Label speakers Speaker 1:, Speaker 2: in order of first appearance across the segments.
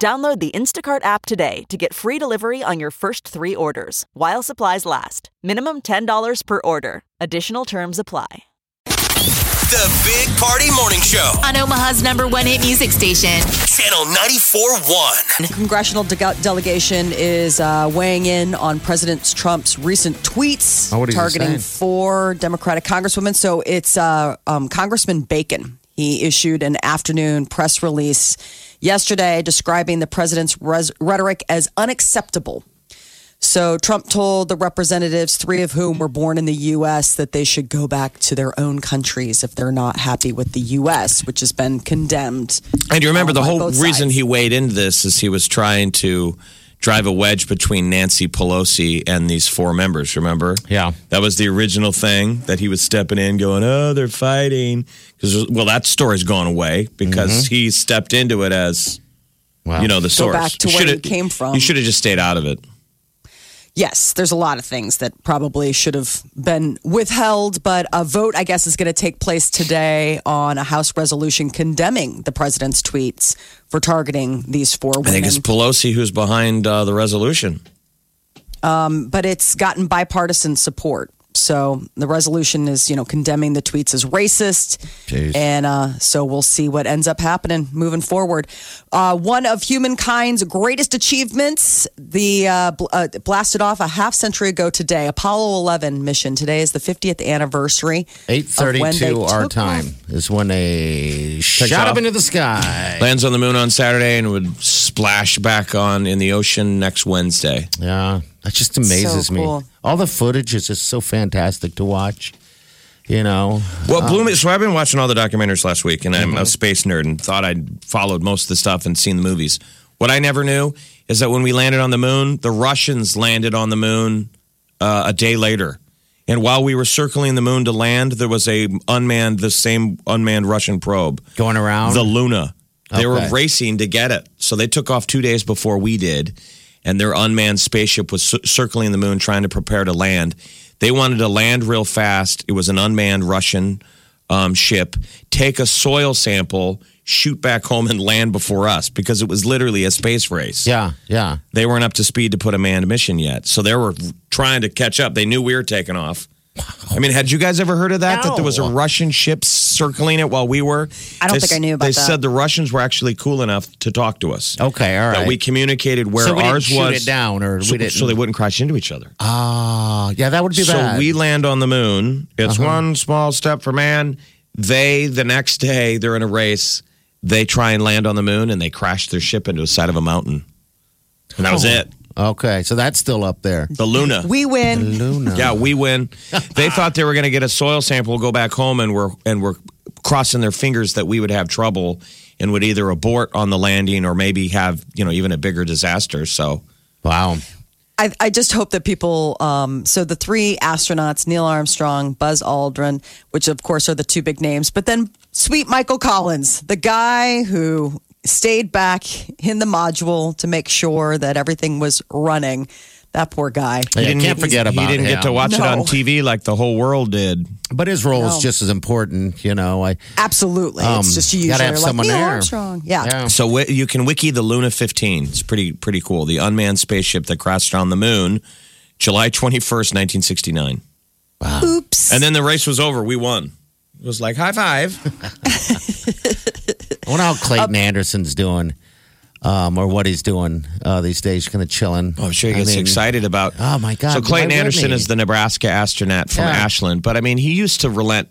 Speaker 1: Download the Instacart app today to get free delivery on your first three orders while supplies last. Minimum $10 per order. Additional terms apply.
Speaker 2: The Big Party Morning Show,
Speaker 3: on Omaha's number one hit music station.
Speaker 2: Channel 94.1.
Speaker 4: Congressional de- delegation is uh, weighing in on President Trump's recent tweets
Speaker 5: Oh, what is he
Speaker 4: targeting
Speaker 5: saying?
Speaker 4: four Democratic congresswomen. So it's uh, um, Congressman Bacon. He issued an afternoon press release yesterday describing the president's res- rhetoric as unacceptable. So Trump told the representatives, three of whom were born in the U.S., that they should go back to their own countries if they're not happy with the U.S., which has been condemned.
Speaker 6: And you remember the
Speaker 4: By
Speaker 6: whole
Speaker 4: Oh, both
Speaker 6: reason
Speaker 4: sides.
Speaker 6: he weighed into this is he was trying to drive a wedge between Nancy Pelosi and these four members, remember?
Speaker 5: Yeah.
Speaker 6: That was the original thing that he was stepping in going, "Oh, they're fighting." Cuz well, that story's gone away because he stepped into it as
Speaker 5: Mm-hmm. Wow.
Speaker 6: you know, the
Speaker 4: Go
Speaker 6: source.
Speaker 4: back to
Speaker 6: You
Speaker 4: where
Speaker 6: should've-
Speaker 4: you came from.
Speaker 6: You should have just stayed out of it.
Speaker 4: Yes, there's a lot of things that probably should have been withheld, but a vote, I guess, is going to take place today on a House resolution condemning the president's tweets for targeting these four women.
Speaker 6: I think it's Pelosi who's behind uh, the resolution.
Speaker 4: but it's gotten bipartisan support. So the resolution is, you know, condemning the tweets as racist,
Speaker 5: Jeez.
Speaker 4: and uh, so we'll see what ends up happening moving forward. Uh, one of humankind's greatest achievements, the uh, bl- uh, blasted off a half century ago today, Apollo 11 mission. Today is the 50th anniversary.
Speaker 5: Eight
Speaker 4: of when they
Speaker 5: thirty-two our
Speaker 4: took
Speaker 5: time
Speaker 4: off.
Speaker 5: is when they shot
Speaker 6: off.
Speaker 5: up into the sky.
Speaker 6: Lands on the moon on Saturday and would splash back on in the ocean next Wednesday.
Speaker 5: Yeah, that just amazes
Speaker 4: cool.
Speaker 5: me. All the footage is just so fantastic to watch. You know,
Speaker 6: Well, blew me. So I've been watching all the documentaries last week, and I'm a space nerd, and thought I'd followed most of the stuff and seen the movies. What I never knew is that when we landed on the moon, the Russians landed on the moon uh, a day later, and while we were circling the moon to land, there was a unmanned, the same unmanned Russian probe,
Speaker 5: going around.
Speaker 6: the Luna. They were
Speaker 5: Okay.
Speaker 6: racing to get it, so they took off two days before we did, and their unmanned spaceship was cir- circling the moon, trying to prepare to land. They wanted to land real fast. It was an unmanned Russian um, ship. Take a soil sample, shoot back home, and land before us because it was literally a space race.
Speaker 5: yeah, yeah.
Speaker 6: They weren't up to speed to put a manned mission yet, so they were trying to catch up. They knew we were taking off. I mean, had you guys ever heard of that? That there was a
Speaker 5: No.
Speaker 6: Russian ship circling it while we were.
Speaker 4: I don't
Speaker 6: They
Speaker 4: think I knew about
Speaker 6: They
Speaker 4: that.
Speaker 6: said the Russians were actually cool enough to talk to us.
Speaker 5: Okay, Oh, all
Speaker 6: That
Speaker 5: right.
Speaker 6: we communicated where
Speaker 5: so we
Speaker 6: ours
Speaker 5: didn't
Speaker 6: was
Speaker 5: shoot it down, or
Speaker 6: so,
Speaker 5: we didn't.
Speaker 6: so they wouldn't crash into each other.
Speaker 5: Ah, yeah, that would be Uh-huh.
Speaker 6: so
Speaker 5: bad.
Speaker 6: we land on the moon. It's one small step for man. They the next day they're in a race. They try and land on the moon and they crash their ship into the side of a mountain. And that was
Speaker 5: Oh.
Speaker 6: it.
Speaker 5: okay, so that's still up there.
Speaker 6: The Luna.
Speaker 4: We win.
Speaker 5: Luna.
Speaker 6: Yeah, we win. They thought they were going to get a soil sample, go back home, and were and were crossing their fingers that we would have trouble and would either abort on the landing or maybe have you know even a bigger disaster. So
Speaker 5: Wow.
Speaker 4: I, I just hope that people. Um, so the three astronauts, Neil Armstrong, Buzz Aldrin, which of course are the two big names, but then sweet Michael Collins, the guy who stayed back in the module to make sure that everything was running. That poor guy.
Speaker 5: Yeah, can't forget
Speaker 6: he
Speaker 5: about
Speaker 6: didn't
Speaker 5: him.
Speaker 6: get to watch it on
Speaker 4: No.
Speaker 6: TV like the whole world did.
Speaker 5: But his role is
Speaker 4: No.
Speaker 5: just as important, you know. I
Speaker 4: Absolutely,
Speaker 5: Um,
Speaker 4: it's just you.
Speaker 5: you gotta
Speaker 4: usually
Speaker 5: have
Speaker 4: are like,
Speaker 5: someone
Speaker 4: Neil
Speaker 5: there.
Speaker 4: Armstrong. Yeah.
Speaker 5: yeah.
Speaker 6: So wi- you can wiki the Luna 15. It's pretty pretty cool. The unmanned spaceship that crashed on the moon, July 21st, 1969.
Speaker 4: Oops.
Speaker 6: And then the race was over. We won. It was like high five.
Speaker 5: I wonder how Clayton Anderson's doing, um, or what he's doing uh, these days. Kind of chilling.
Speaker 6: Oh, I'm sure he
Speaker 5: I
Speaker 6: gets
Speaker 5: mean,
Speaker 6: excited about.
Speaker 5: Oh, my God.
Speaker 6: So Clayton
Speaker 5: Why wouldn't
Speaker 6: Anderson
Speaker 5: he?
Speaker 6: is the Nebraska astronaut from
Speaker 5: Yeah.
Speaker 6: Ashland, but I mean, he used to relent.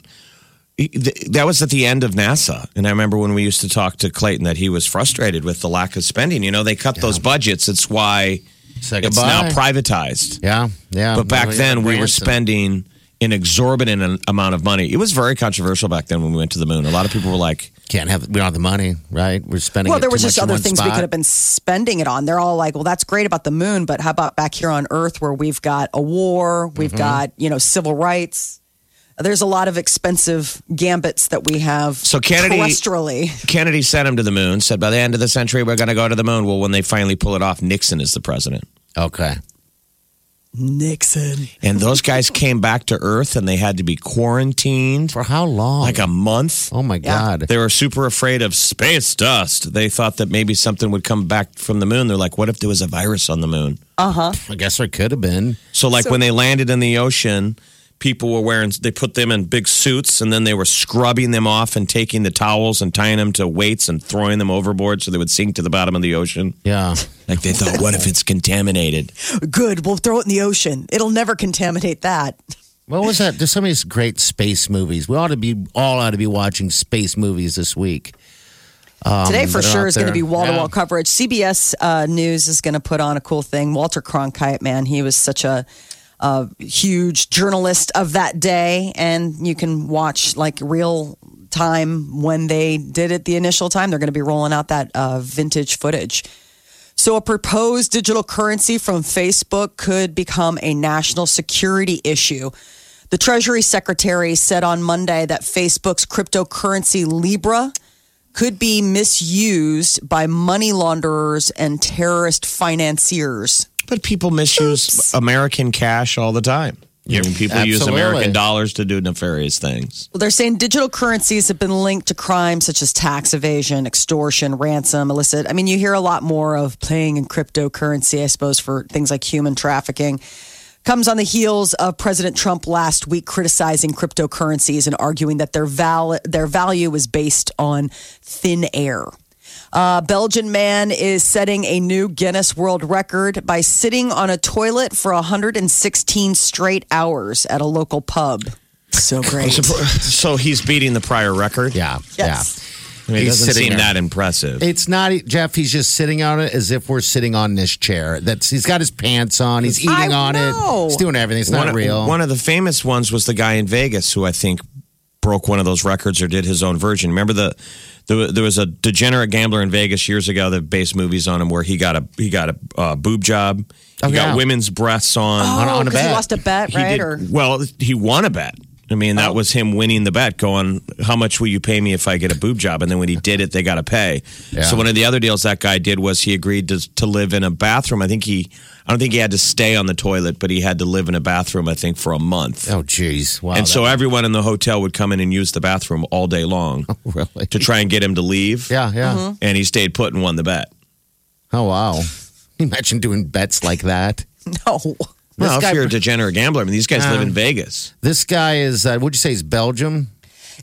Speaker 6: he- th- That was at the end of NASA, and I remember when we used to talk to Clayton that he was frustrated with the lack of spending. You know, they cut those budgets. It's why
Speaker 5: Say
Speaker 6: it's now
Speaker 5: goodbye.
Speaker 6: privatized.
Speaker 5: Yeah, yeah.
Speaker 6: But back
Speaker 5: Well, yeah,
Speaker 6: then, we were
Speaker 5: Branson.
Speaker 6: spending an exorbitant an- amount of money. It was very controversial back then when we went to the moon. A lot of people were like,
Speaker 5: can't have. We don't have the money, right? We're spending.
Speaker 4: Well,
Speaker 5: it
Speaker 4: there
Speaker 5: too
Speaker 4: was just
Speaker 5: much in
Speaker 4: other
Speaker 5: one
Speaker 4: things we
Speaker 5: spot.
Speaker 4: could have been spending it on. They're all like, well, that's great about the moon, but how about back here on Earth where we've got a war,
Speaker 5: Mm-hmm.
Speaker 4: we've got, you know, civil rights. There's a lot of expensive gambits that we have
Speaker 6: So Kennedy-
Speaker 4: terrestrially.
Speaker 6: Kennedy sent him to the moon, said by the end of the century, we're going to go to the moon. Well, when they finally pull it off, Nixon is the president.
Speaker 5: Okay.
Speaker 4: Nixon.
Speaker 6: And those guys came back to Earth and they had to be quarantined
Speaker 5: For how long?
Speaker 6: like a month.
Speaker 5: oh my god.
Speaker 6: They were super afraid of space dust. They thought that maybe something would come back from the moon. They're like, what if there was a virus on the moon?
Speaker 5: I guess there could have been.
Speaker 6: So, like, when they landed in the ocean, people were wearing, they put them in big suits and then they were scrubbing them off and taking the towels and tying them to weights and throwing them overboard so they would sink to the bottom of the ocean.
Speaker 5: Yeah.
Speaker 6: Like, they thought, what if it's contaminated?
Speaker 4: Good. We'll throw it in the ocean. It'll never contaminate that.
Speaker 5: What was that? There's so many great space movies. We ought to be all ought to be watching space movies this week.
Speaker 4: Today, for
Speaker 5: Um, that are
Speaker 4: sure,
Speaker 5: out
Speaker 4: is going to
Speaker 5: there.
Speaker 4: be wall to wall
Speaker 5: Yeah.
Speaker 4: coverage. CBS uh, News is going to put on a cool thing. Walter Cronkite, man, he was such a, a huge journalist of that day. And you can watch like real time when they did it the initial time. They're going to be rolling out that uh, vintage footage. So, a proposed digital currency from Facebook could become a national security issue. The Treasury Secretary said on Monday that Facebook's cryptocurrency Libra could be misused by money launderers and terrorist financiers.
Speaker 6: But people misuse American cash all the time. I mean, people use
Speaker 5: Absolutely.
Speaker 6: American dollars to do nefarious things.
Speaker 4: Well, they're saying digital currencies have been linked to crimes such as tax evasion, extortion, ransom, illicit. I mean, you hear a lot more of playing in cryptocurrency, I suppose, for things like human trafficking. Comes on the heels of President Trump last week criticizing cryptocurrencies and arguing that their, val- their value is based on thin air. A Belgian man is setting a new Guinness World Record by sitting on a toilet for 116 straight hours at a local pub. So great.
Speaker 6: So he's beating the prior record.
Speaker 5: Yeah.
Speaker 4: Yes.
Speaker 6: I mean, it
Speaker 5: He's
Speaker 6: doesn't
Speaker 5: sitting
Speaker 6: seem
Speaker 5: there.
Speaker 6: that impressive.
Speaker 5: Yeah. It's not e, Jeff. He's just sitting on it as if we're sitting on this chair. That's he's got his pants on. He's eating
Speaker 4: I
Speaker 5: on
Speaker 4: know.
Speaker 5: it. He's doing everything. It's not
Speaker 6: one,
Speaker 5: real.
Speaker 6: One of the famous ones was the guy in Vegas who I think broke one of those records or did his own version. Remember the. There there was a degenerate gambler in Vegas years ago that based movies on him, where he got a he got a uh, boob job, he
Speaker 5: Oh, yeah. Oh,
Speaker 6: got women's breasts on.
Speaker 5: on, on a
Speaker 4: Oh, 'cause he
Speaker 5: bed.
Speaker 4: lost a bet,
Speaker 6: He
Speaker 4: right?
Speaker 6: did-
Speaker 4: Or Oh.
Speaker 6: well, he won a bet. I mean, that was him winning the bet, going, "How much will you pay me if I get a boob job?" And then when he did it, they got to pay.
Speaker 5: Yeah.
Speaker 6: So one of the other deals that guy did was he agreed to to live in a bathroom. I think he, I don't think he had to stay on the toilet, but he had to live in a bathroom. I think for a month.
Speaker 5: oh, jeez. Wow.
Speaker 6: and so
Speaker 5: that-
Speaker 6: everyone in the hotel would come in and use the bathroom all day long
Speaker 5: really.
Speaker 6: to try and get him to leave.
Speaker 5: Yeah. Yeah.
Speaker 4: Mm-hmm.
Speaker 6: And he stayed put and won the bet.
Speaker 5: Oh wow. Imagine doing bets like that.
Speaker 4: no.
Speaker 5: This
Speaker 6: Well,
Speaker 5: guy-
Speaker 6: if you're a degenerate gambler, I mean, these guys live in Vegas.
Speaker 5: This guy is. Uh, would you say he's Belgium?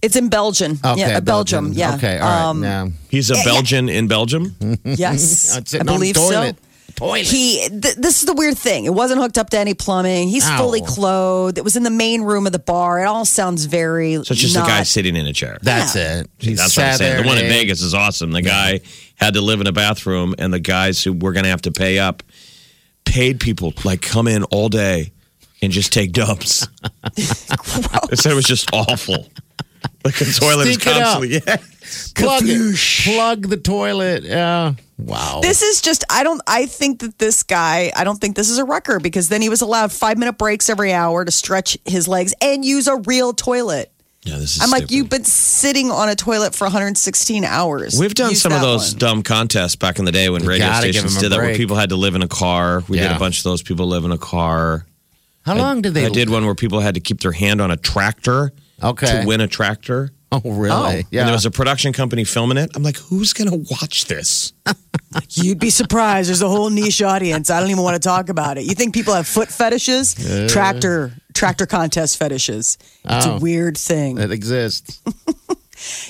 Speaker 4: It's in Belgium.
Speaker 5: Okay,
Speaker 4: yeah, uh, Belgium. Yeah. Um,
Speaker 5: Okay. All right. now.
Speaker 6: He's a Belgian in Belgium.
Speaker 4: Yes.
Speaker 5: I'm
Speaker 4: I
Speaker 5: sitting on
Speaker 4: believe so.
Speaker 5: toilet. Toilet.
Speaker 4: He, th- this is the weird thing. It wasn't hooked up to any plumbing. He's
Speaker 5: Ow.
Speaker 4: fully clothed. It was in the main room of the bar. It all sounds very.
Speaker 6: So it's just
Speaker 4: not,
Speaker 6: a guy sitting in a chair.
Speaker 5: That's it. He
Speaker 6: That's what I'm
Speaker 5: sat
Speaker 6: saying. The
Speaker 5: there
Speaker 6: one in
Speaker 5: and ate.
Speaker 6: Vegas is awesome. The guy had to live in a bathroom, and the guys who were going to have to pay up paid people like come in all day and just take dumps. they said it was just awful. Like the toilet
Speaker 5: Stink
Speaker 6: is
Speaker 5: it up.
Speaker 6: constantly. Yeah.
Speaker 5: Plug it. Plug the toilet. Yeah. Wow.
Speaker 4: This is just. I don't. I think that this guy. I don't think this is a record because then he was allowed five minute breaks every hour to stretch his legs and use a real toilet.
Speaker 6: yeah, this is.
Speaker 4: I'm like, you've been sitting on a toilet for 116 hours.
Speaker 6: We've done
Speaker 4: Use
Speaker 6: some of
Speaker 4: that
Speaker 6: those
Speaker 4: one.
Speaker 6: dumb contests back in the day when radio
Speaker 5: gotta give
Speaker 6: stations
Speaker 5: them a
Speaker 6: did that, where
Speaker 5: break.
Speaker 6: people had to live in a car. We did
Speaker 5: Yeah.
Speaker 6: a bunch of those. People live in a car.
Speaker 5: How long did they?
Speaker 6: I did one where people had to keep their hand on a tractor
Speaker 5: Okay.
Speaker 6: to win a tractor.
Speaker 5: Oh really?
Speaker 6: Yeah.
Speaker 5: Yeah.
Speaker 6: And there was a production company filming it. I'm like, who's going to watch this?
Speaker 4: You'd be surprised. There's a whole niche audience. I don't even want to talk about it. You think people have foot fetishes? Tractor tractor contest fetishes. It's
Speaker 6: Oh.
Speaker 4: a weird thing.
Speaker 5: that exists.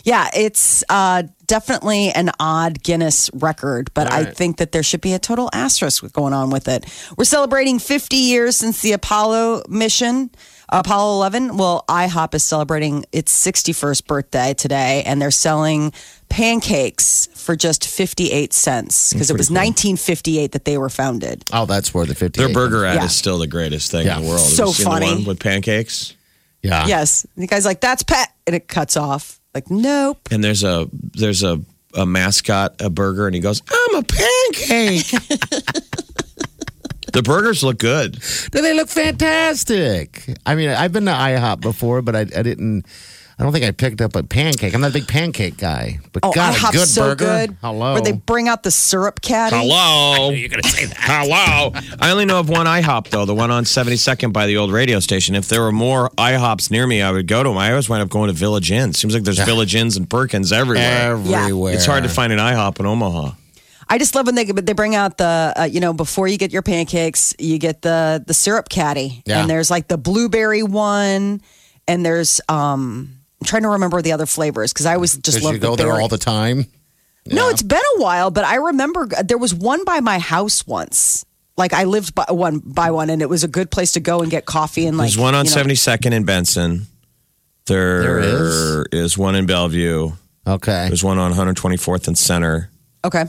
Speaker 4: Yeah, it's uh, definitely an odd Guinness record, but I think that there should be a total asterisk going on with it. We're celebrating 50 years since the Apollo mission, Apollo 11. Well, IHOP is celebrating its 61st birthday today, and they're selling pancakes for just 58 cents because it was 1958 that they were founded.
Speaker 5: Oh, that's where the fifty.
Speaker 6: Their burger ad
Speaker 4: Yeah.
Speaker 6: is still the greatest thing in
Speaker 5: Yeah.
Speaker 6: the world. Have
Speaker 4: So
Speaker 6: you seen the
Speaker 4: funny.
Speaker 6: one with pancakes?
Speaker 5: Yeah.
Speaker 4: Yes. And the guy's like, that's pet. And it cuts off. Like, nope.
Speaker 6: and there's a there's a a mascot a burger and he goes i'm a pancake the burgers look good
Speaker 5: Do they look fantastic? I mean, I've been to IHOP before, but I, I didn't. I don't think I picked up a pancake. I'm not a big pancake guy, but
Speaker 4: Oh,
Speaker 5: God,
Speaker 4: IHOP's
Speaker 5: a good
Speaker 4: so
Speaker 5: burger.
Speaker 4: good.
Speaker 5: Hello.
Speaker 4: Where they bring out the syrup caddy.
Speaker 6: hello
Speaker 5: You're gonna say that.
Speaker 6: hello i only know of one ihop though the one on 72nd by the old radio station if there were more ihops near me i would go to them i always wind up going to village inn seems like there's village inns and perkins everywhere
Speaker 5: Everywhere.
Speaker 6: it's hard to find an ihop in omaha
Speaker 4: I just love when they but they bring out the uh, you know before you get your pancakes you get the the syrup caddy
Speaker 5: Yeah.
Speaker 4: and there's like the blueberry one and there's um I'm trying to remember the other flavors because I always just
Speaker 5: 'Cause
Speaker 4: love
Speaker 5: you
Speaker 4: the
Speaker 5: go there
Speaker 4: berry.
Speaker 5: all the time.
Speaker 4: No, it's been a while, but I remember uh, there was one by my house once. Like I lived by one by one, and it was a good place to go and get coffee and like
Speaker 6: There's one on
Speaker 4: you know,
Speaker 6: 72nd in Benson. There,
Speaker 5: There
Speaker 6: is one in Bellevue.
Speaker 5: Okay.
Speaker 6: There's one on 124th and Center.
Speaker 4: Okay,
Speaker 5: All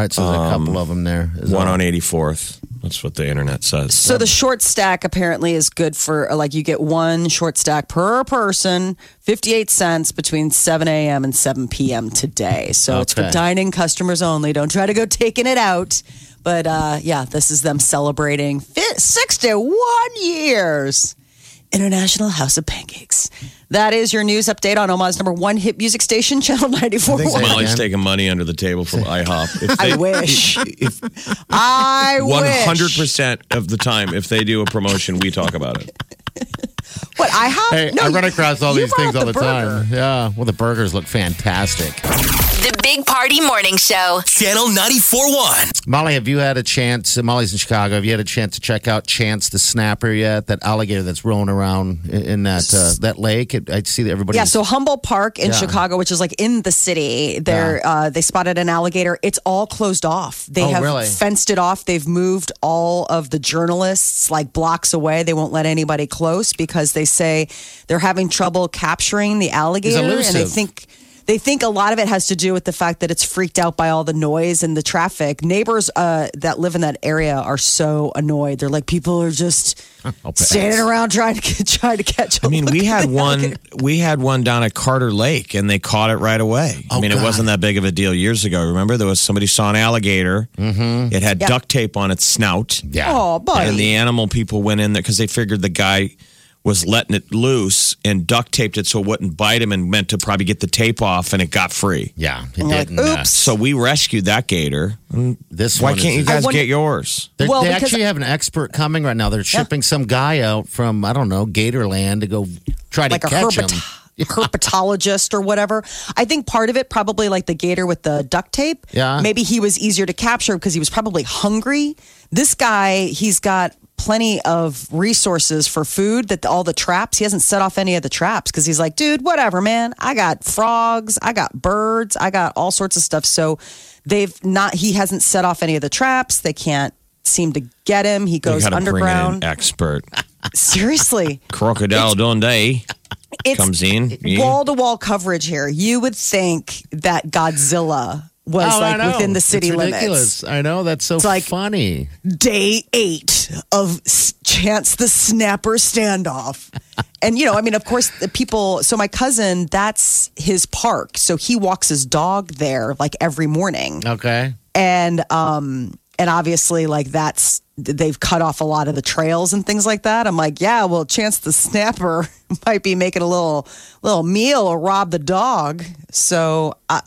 Speaker 5: right. So there's a couple of them there. Is
Speaker 6: um, One
Speaker 5: all.
Speaker 6: on 84th. That's what the internet says.
Speaker 4: so the short stack apparently is good for uh, like you get one short stack per person, fifty eight cents between seven a.m. and seven p.m. today. So it's for
Speaker 5: Okay.
Speaker 4: dining customers only. Don't try to go taking it out. But uh, yeah, this is them celebrating fi- sixty one years. International House of Pancakes. That is your news update on Omaha's number one hit music station, Channel 94.
Speaker 5: so.
Speaker 6: Molly's
Speaker 5: Again.
Speaker 6: taking money under the table from IHOP. If
Speaker 4: I
Speaker 6: they,
Speaker 4: wish.
Speaker 6: if
Speaker 4: I wish.
Speaker 6: 100% of the time, if they do a promotion, we talk about it.
Speaker 4: What, I have?
Speaker 5: Hey, I run across all
Speaker 4: you
Speaker 5: these things
Speaker 4: brought
Speaker 5: all
Speaker 4: up
Speaker 5: the, time. Yeah. Well, the burgers look fantastic.
Speaker 3: The Big Party Morning Show.
Speaker 2: Channel 94.1.
Speaker 5: Molly, have you had a chance? uh, Molly's in Chicago. Have you had a chance to check out Chance the Snapper yet? That alligator that's rolling around in, in that uh, that lake. It, I see that everybody.
Speaker 4: Yeah, so Humboldt Park in
Speaker 5: Yeah.
Speaker 4: Chicago, which is like in the city, there uh, they spotted an alligator. It's all closed off. They
Speaker 5: Oh,
Speaker 4: have
Speaker 5: really?
Speaker 4: fenced it off. They've moved all of the journalists like blocks away. They won't let anybody close because they say they're having trouble capturing the alligator, and they
Speaker 5: elusive.
Speaker 4: think. They think a lot of it has to do with the fact that it's freaked out by all the noise and the traffic. Neighbors uh, that live in that area are so annoyed. They're like, people are just
Speaker 5: I'll bet.
Speaker 4: standing around trying to get, trying to catch. a
Speaker 6: I mean,
Speaker 4: look
Speaker 6: we
Speaker 4: at
Speaker 6: had
Speaker 4: the
Speaker 6: one.
Speaker 4: alligator.
Speaker 6: We had one down at Carter Lake, and they caught it right away. I
Speaker 5: Oh,
Speaker 6: mean, it
Speaker 5: God.
Speaker 6: wasn't that big of a deal years ago. Remember, there was somebody saw an alligator. Mm-hmm. It had duct tape on its snout.
Speaker 5: Yeah.
Speaker 4: Oh, buddy.
Speaker 6: And the animal people went in there because they figured the guy was letting it loose and duct taped it so it wouldn't bite him and meant to probably get the tape off and it got free.
Speaker 5: Yeah. It
Speaker 4: like,
Speaker 5: didn't. uh,
Speaker 4: oops.
Speaker 6: So we rescued that gator.
Speaker 5: this
Speaker 6: Why
Speaker 5: one is
Speaker 6: can't you
Speaker 5: just-
Speaker 4: I
Speaker 6: guys
Speaker 4: wonder-
Speaker 6: get yours?
Speaker 5: They're-
Speaker 4: Well,
Speaker 5: they
Speaker 4: because-
Speaker 5: actually have an expert coming right now. They're shipping some guy out from I don't know Gatorland to go try to
Speaker 4: like a
Speaker 5: catch him.
Speaker 4: herpet- herpetologist or whatever. I think part of it probably like the gator with the duct tape.
Speaker 5: Yeah.
Speaker 4: Maybe he was easier to capture because he was probably hungry. This guy, he's got plenty of resources for food that all the traps he hasn't set off any of the traps because he's like dude whatever man i got frogs i got birds i got all sorts of stuff so they've not he hasn't set off any of the traps they can't seem to get him he
Speaker 6: You
Speaker 4: goes
Speaker 6: gotta bring in an
Speaker 4: underground
Speaker 6: expert.
Speaker 4: seriously
Speaker 6: Crocodile Dundee
Speaker 4: it's
Speaker 6: comes in.
Speaker 4: wall to wall coverage here. You would think that Godzilla was
Speaker 5: Oh, I
Speaker 4: like
Speaker 5: know.
Speaker 4: within the city
Speaker 5: it's
Speaker 4: limits.
Speaker 5: ridiculous. I know that's so
Speaker 4: It's like-
Speaker 5: funny.
Speaker 4: Day eight of S- Chance the Snapper standoff. And, you know, I mean, of course, the people. So, my cousin, that's his park. So, he walks his dog there like every morning.
Speaker 5: Okay.
Speaker 4: And, um, and obviously, like that's they've cut off a lot of the trails and things like that. I'm like, yeah, well, Chance the Snapper might be making a little little meal or rob the dog. So I,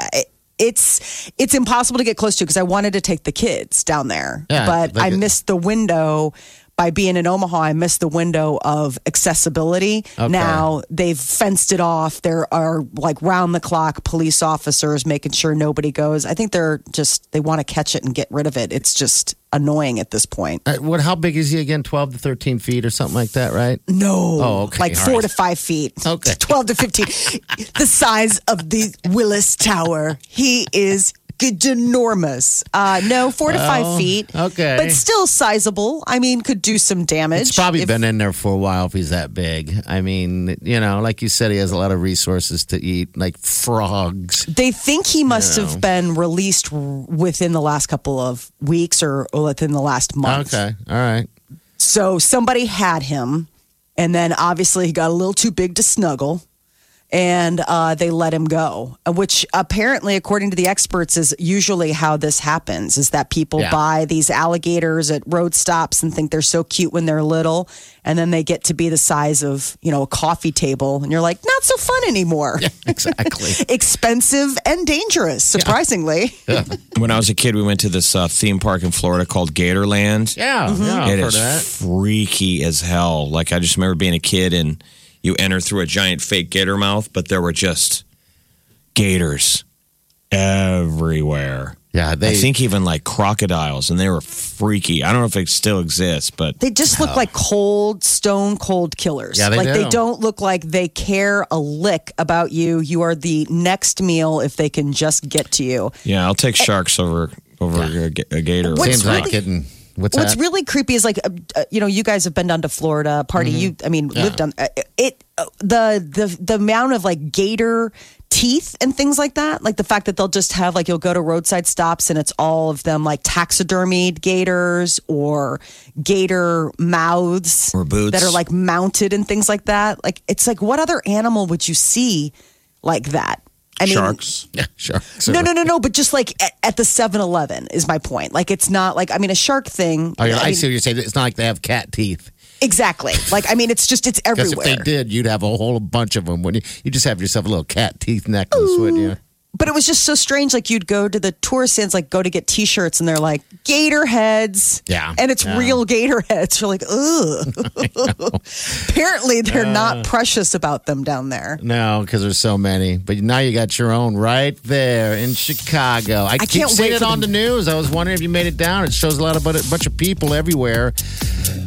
Speaker 4: it's it's impossible to get close to because I wanted to take the kids down there,
Speaker 5: Yeah,
Speaker 4: but I
Speaker 5: like-
Speaker 4: missed the window. By being in Omaha, I missed the window of accessibility. Now they've fenced it off. There are like round the clock police officers making sure nobody goes. I think they're just, they want to catch it and get rid of it. It's just annoying at this point.
Speaker 5: Uh, what? How big is he again? Twelve to thirteen feet or something like that, right?
Speaker 4: No.
Speaker 5: Oh, okay.
Speaker 4: Like
Speaker 5: All
Speaker 4: four to
Speaker 5: right.
Speaker 4: five feet.
Speaker 5: Okay.
Speaker 4: 12 to 15. the size of the Willis Tower. He is ginormous. Uh, no, four to five feet.
Speaker 5: okay.
Speaker 4: But still sizable. I mean, could do some damage.
Speaker 5: It's probably
Speaker 4: if-
Speaker 5: been in there for a while if he's that big. I mean, you know, like you said, he has a lot of resources to eat, like frogs.
Speaker 4: They think he must have been released r- within the last couple of weeks or within the last month.
Speaker 5: Okay. All right.
Speaker 4: So somebody had him, and then obviously he got a little too big to snuggle. and uh, they let him go, uh, which apparently, according to the experts, is usually how this happens: is that people
Speaker 5: Yeah.
Speaker 4: buy these alligators at road stops and think they're so cute when they're little, and then they get to be the size of you know a coffee table, and you're like, not so fun anymore.
Speaker 5: Exactly.
Speaker 4: Expensive and dangerous, surprisingly.
Speaker 6: When I was a kid, we went to this uh, theme park in Florida called Gatorland.
Speaker 5: yeah.
Speaker 4: Mm-hmm.
Speaker 5: Yeah.
Speaker 6: It
Speaker 5: I've heard
Speaker 6: is
Speaker 5: of that.
Speaker 6: freaky as hell. Like I just remember being a kid and you enter through a giant fake gator mouth, but there were just gators everywhere.
Speaker 5: Yeah. They
Speaker 6: I think even like crocodiles, and they were freaky. I don't know if it still exists, but
Speaker 4: They just look like cold, stone cold killers.
Speaker 5: Yeah, they
Speaker 4: like they
Speaker 5: do.
Speaker 4: don't look like they care a lick about you. You are the next meal if they can just get to you.
Speaker 6: yeah, I'll take sharks over over a, ga- a gator.
Speaker 4: What's
Speaker 5: seems like
Speaker 4: really-
Speaker 5: it. And what's
Speaker 4: What's
Speaker 5: that?
Speaker 4: really creepy is like, uh, uh, you know, you guys have been down to Florida. Party,
Speaker 6: Mm-hmm.
Speaker 4: you, I mean, lived on uh, it. Uh, the the the amount of like gator teeth and things like that, like the fact that they'll just have like you'll go to roadside stops and it's all of them like taxidermied gators or gator mouths
Speaker 6: Or boots.
Speaker 4: that are like mounted and things like that. Like it's like what other animal would you see like that? I mean,
Speaker 6: sharks?
Speaker 5: yeah, sharks.
Speaker 4: no, no, no, no. But just like at, at the 7 Eleven is my point. Like, it's not like, I mean, a shark thing.
Speaker 6: Oh,
Speaker 5: I, I
Speaker 4: mean,
Speaker 5: see what you're saying. It's not like they have cat teeth.
Speaker 4: Exactly. Like, I mean, it's just, it's
Speaker 5: Because if
Speaker 4: everywhere.
Speaker 5: they did, you'd have a whole bunch of them. When you you just have yourself a little cat teeth necklace, wouldn't you?
Speaker 4: But it was just so strange. Like, you'd go to the tourist stands, like, go to get t shirts, and they're like, gator heads.
Speaker 5: Yeah.
Speaker 4: And it's
Speaker 5: Yeah.
Speaker 4: real gator heads. You're like, ugh. Apparently, they're
Speaker 5: Uh.
Speaker 4: not precious about them down there.
Speaker 5: No, because there's so many. But now you got your own right there in Chicago. I, keep
Speaker 4: can't
Speaker 5: seeing
Speaker 4: wait
Speaker 5: it
Speaker 4: for
Speaker 5: on the news. I was wondering if you made it down. It shows a lot about a bunch of people everywhere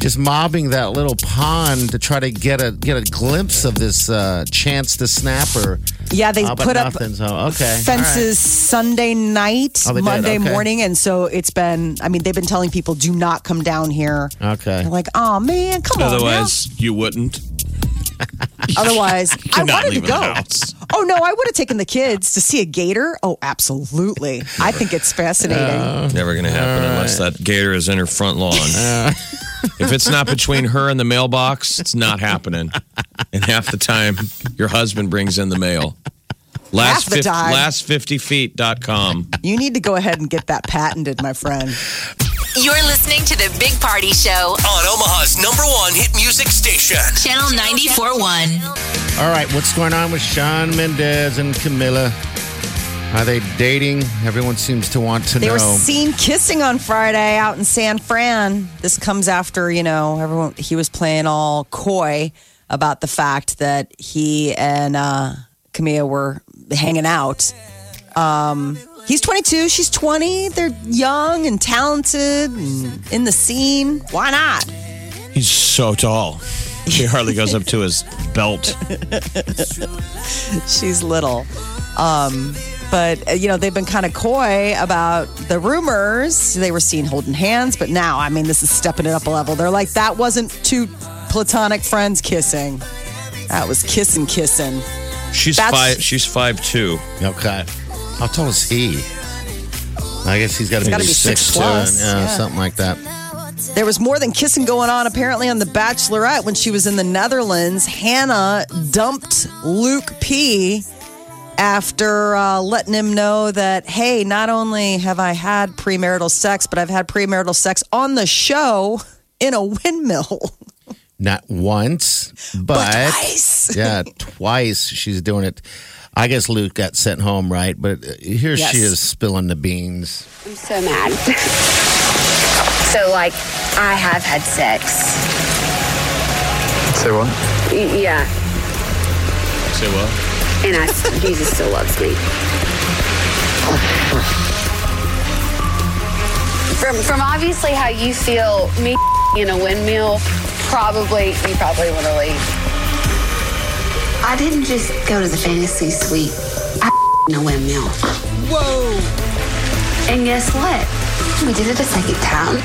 Speaker 5: just mobbing that little pond to try to get a get a glimpse of this uh, chance to snapper.
Speaker 4: Yeah, they
Speaker 5: Oh, but
Speaker 4: put up
Speaker 5: nothing, so, okay,
Speaker 4: fences Sunday night,
Speaker 5: Oh, they did,
Speaker 4: Monday
Speaker 5: okay.
Speaker 4: morning, and so it's been. I mean, they've been telling people do not come down here.
Speaker 5: Okay.
Speaker 4: They're like, oh man, come on. now."
Speaker 6: Otherwise, you wouldn't.
Speaker 4: otherwise, I
Speaker 6: You're not
Speaker 4: wanted to
Speaker 6: leaving the
Speaker 4: go.
Speaker 6: house.
Speaker 4: Oh no, I would have taken the kids to see a gator. Oh, absolutely. I think it's fascinating.
Speaker 6: Never going to happen unless that gator is in her front lawn. if it's not between her and the mailbox, it's not happening. And half the time, your husband brings in the mail. Last
Speaker 4: Half the time.
Speaker 6: last50feet.com.
Speaker 4: you need to go ahead and get that patented, my friend.
Speaker 3: You're listening to the Big Party Show,
Speaker 2: On Omaha's number one hit music station.
Speaker 3: Channel 94.1.
Speaker 5: all right. All right, what's going on with Sean Mendez and Camilla? Are they dating? Everyone seems to want to
Speaker 4: They
Speaker 5: know.
Speaker 4: were seen kissing on Friday out in San Fran. This comes after, you know, everyone, he was playing all coy about the fact that he and uh, Camilla were hanging out. Um, he's 22, she's 20. They're young and talented and in the scene. Why not?
Speaker 6: He's so tall. He hardly goes up to his belt.
Speaker 4: She's little. Um, but, uh, you know, they've been kind of coy about the rumors. They were seen holding hands, but now, I mean, this is stepping it up a level. They're like, that wasn't two platonic friends kissing. That was kissing, kissing.
Speaker 6: She's
Speaker 4: That's-
Speaker 6: five she's five two.
Speaker 5: Okay. How tall is he? I guess he's got to be,
Speaker 4: gotta be
Speaker 5: six,
Speaker 4: six
Speaker 5: two,
Speaker 4: plus,
Speaker 5: yeah,
Speaker 4: yeah.
Speaker 5: something like that.
Speaker 4: There was more than kissing going on apparently on The Bachelorette when she was in the Netherlands. Hannah dumped Luke P after uh, letting him know that, hey, not only have I had premarital sex, but I've had premarital sex on the show in a windmill.
Speaker 5: Not once, but,
Speaker 4: twice.
Speaker 5: yeah, twice she's doing it. I guess Luke got sent home, right? But uh, here
Speaker 4: Yes.
Speaker 5: she is spilling the beans.
Speaker 7: so mad. so like, I have had sex.
Speaker 8: Say what?
Speaker 7: Y- yeah,
Speaker 6: Say well.
Speaker 7: and I Jesus still loves me. From from obviously how you feel, me in a windmill, probably you probably want to leave.
Speaker 9: I didn't just go to the fantasy suite. I in a windmill.
Speaker 7: And guess what?
Speaker 9: We did it a second time.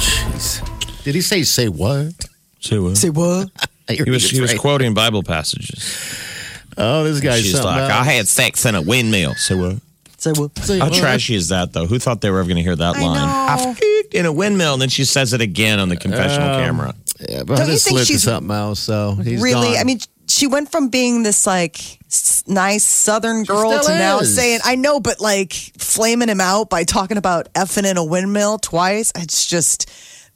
Speaker 5: Jeez. Did he say, say what?
Speaker 6: Say well.
Speaker 4: what?
Speaker 6: He was he was
Speaker 5: Right.
Speaker 6: quoting Bible passages.
Speaker 5: Oh, this guy's
Speaker 6: She's
Speaker 5: something
Speaker 6: like, I
Speaker 5: else.
Speaker 6: had sex in a windmill. Say what?
Speaker 4: Say what?
Speaker 5: Say
Speaker 6: How
Speaker 5: what?
Speaker 6: trashy is that, though? Who thought they were ever going to hear that line? I f***ed in a windmill, and then she
Speaker 4: Um,
Speaker 6: says it again on the confessional camera.
Speaker 5: Yeah, but
Speaker 4: Don't you
Speaker 5: this
Speaker 4: think
Speaker 5: Luke is
Speaker 4: she's
Speaker 5: something else. So he's
Speaker 4: really?
Speaker 5: gone.
Speaker 4: I mean, she went from being this like s- nice Southern girl to
Speaker 5: still
Speaker 4: now
Speaker 5: is.
Speaker 4: saying, "I know," but like flaming him out by talking about effing in a windmill twice. It's just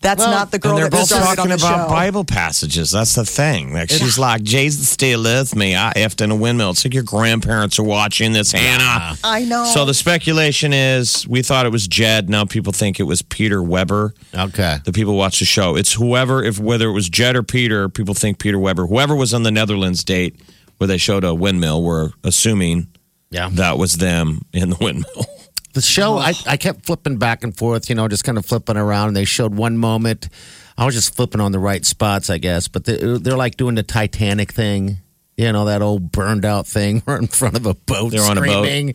Speaker 4: that's
Speaker 5: Well,
Speaker 4: not the girl
Speaker 6: and they're
Speaker 4: that
Speaker 6: both
Speaker 4: started on
Speaker 6: talking
Speaker 4: the show.
Speaker 6: about Bible passages. That's the thing. Like she's like, Jesus still with me. I effed in a windmill. It's like your grandparents are watching this, Hannah.
Speaker 4: I know.
Speaker 6: So the speculation is we thought it was Jed. Now people think it was Peter Weber.
Speaker 5: Okay.
Speaker 6: The people who watch the show. It's whoever, if whether it was Jed or Peter, people think Peter Weber. Whoever was on the Netherlands date where they showed a windmill, we're assuming
Speaker 5: Yeah.
Speaker 6: that was them in the windmill.
Speaker 5: the show I, I kept flipping back and forth you know just kind of flipping around and they showed one moment i was just flipping on the right spots i guess but they, they're like doing the titanic thing you know that old burned out thing we're in front of a boat
Speaker 6: They're on a boat.
Speaker 5: screaming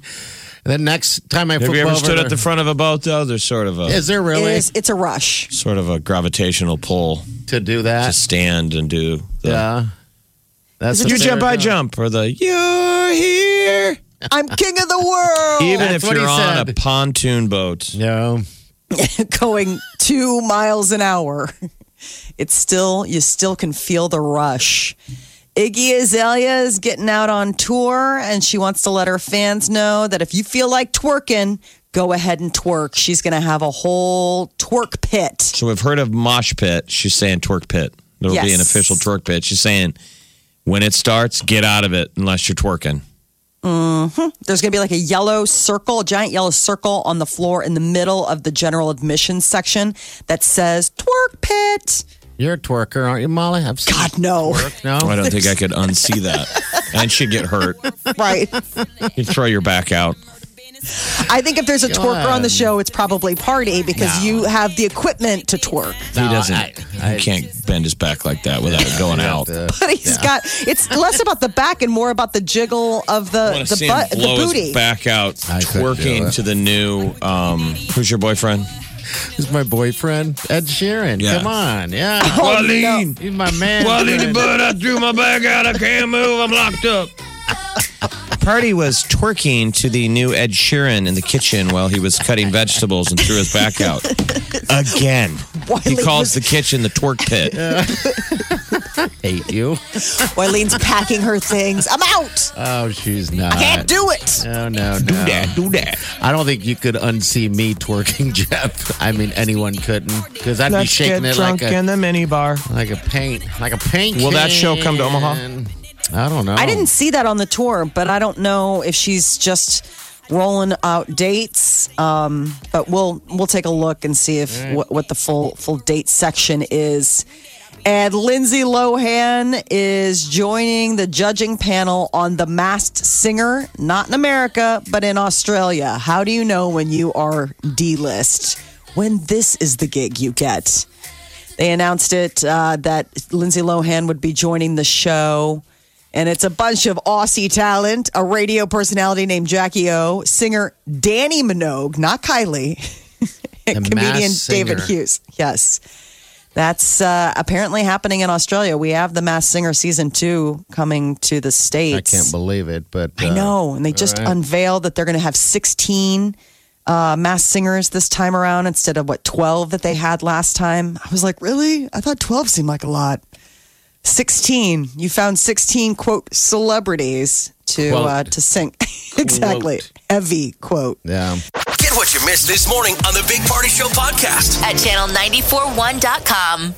Speaker 5: the next time i
Speaker 6: Have
Speaker 5: flip
Speaker 6: you ever
Speaker 5: over
Speaker 6: stood at the front of a boat though? There's sort of a
Speaker 5: is there
Speaker 4: It
Speaker 5: really
Speaker 4: is, it's a rush.
Speaker 6: sort of a gravitational pull
Speaker 5: to do that
Speaker 6: to stand and do the
Speaker 5: Uh, yeah that's
Speaker 6: you
Speaker 5: what
Speaker 6: jump,
Speaker 5: they're
Speaker 6: I
Speaker 5: doing.
Speaker 6: jump, or the you're here.
Speaker 4: I'm king of the world.
Speaker 6: Even
Speaker 5: Oh,
Speaker 6: if
Speaker 5: that's what he
Speaker 6: you're on a
Speaker 5: said.
Speaker 6: pontoon boat,
Speaker 5: no
Speaker 4: going two miles an hour. It's still, you still can feel the rush. Iggy Azalea is getting out on tour and she wants to let her fans know that if you feel like twerking, go ahead and twerk. She's going to have a whole twerk pit.
Speaker 6: so we've heard of mosh pit. She's saying twerk pit. There will be an
Speaker 4: Yes.
Speaker 6: official twerk pit. She's saying when it starts, get out of it unless you're twerking.
Speaker 4: There's going to be like a yellow circle, a giant yellow circle on the floor in the middle of the general admissions section that says twerk pit.
Speaker 5: you're a twerker aren't you molly i've seen
Speaker 4: God, no.
Speaker 5: twerk no
Speaker 6: I don't think I could unsee that. And she'd get hurt.
Speaker 4: Right.
Speaker 6: You'd throw your back out.
Speaker 4: I think if there's a twerker on the
Speaker 5: God.
Speaker 4: show, it's probably party because you have the equipment to twerk.
Speaker 5: No,
Speaker 6: he doesn't.
Speaker 5: I- I-
Speaker 6: he can't bend his back like that without it going out.
Speaker 4: But he's got it's less about the back and more about the jiggle of
Speaker 6: I
Speaker 4: the
Speaker 6: want to
Speaker 4: the
Speaker 6: see
Speaker 4: butt,
Speaker 6: him
Speaker 4: the
Speaker 6: blow
Speaker 4: booty.
Speaker 6: his back out,
Speaker 5: I couldn't do
Speaker 6: twerking
Speaker 5: it.
Speaker 6: to the new. Um, who's your boyfriend?
Speaker 5: he's my boyfriend ed sheeran
Speaker 6: Yeah.
Speaker 5: come on yeah
Speaker 6: Waleed.
Speaker 5: he's my man
Speaker 6: Waleed, bud, I threw my bag out. I can't move. I'm locked up. Party was twerking to the new Ed Sheeran in the kitchen while he was cutting vegetables and threw his back out again. He
Speaker 4: Wiley
Speaker 6: calls the kitchen the twerk pit.
Speaker 5: hate you
Speaker 4: Wileen's packing her things. I'm out.
Speaker 5: Oh, she's not.
Speaker 4: Can't do it.
Speaker 5: No, no, no.
Speaker 6: Do that, do that.
Speaker 5: I don't think you could unsee me twerking, Jeff. I mean, anyone couldn't because I'd be shaking it like a
Speaker 6: the minibar.
Speaker 5: like a paint, like a paint.
Speaker 6: Will that show come to Omaha?
Speaker 5: can. I don't know.
Speaker 4: I didn't see that on the tour, but I don't know if she's just rolling out dates. Um, but we'll we'll take a look and see if what, what the full full date section is. And Lindsay Lohan is joining the judging panel on The Masked Singer, not in America, but in Australia. How do you know when you are D list? When this is the gig you get. They announced it uh, that Lindsay Lohan would be joining the show. And it's a bunch of Aussie talent, a radio personality named Jackie O, singer Danny Minogue, not Kylie, and
Speaker 5: The
Speaker 4: comedian
Speaker 5: Masked
Speaker 4: David
Speaker 5: Singer.
Speaker 4: Hughes. Yes. That's uh, apparently happening in Australia. We have The Masked Singer season two coming to the States.
Speaker 5: I can't believe it, but
Speaker 4: I
Speaker 5: uh,
Speaker 4: know. And they just
Speaker 5: all right.
Speaker 4: unveiled that they're going to have 16 uh, mass singers this time around instead of what, 12 that they had last time. I was like, really? I thought 12 seemed like a lot. 16. You found 16, quote, celebrities to, uh,
Speaker 5: Quote.
Speaker 4: to sing. exactly. Heavy quote.
Speaker 5: Yeah.
Speaker 2: Get what you missed this morning on the Big Party Show podcast.
Speaker 3: at channel941.com.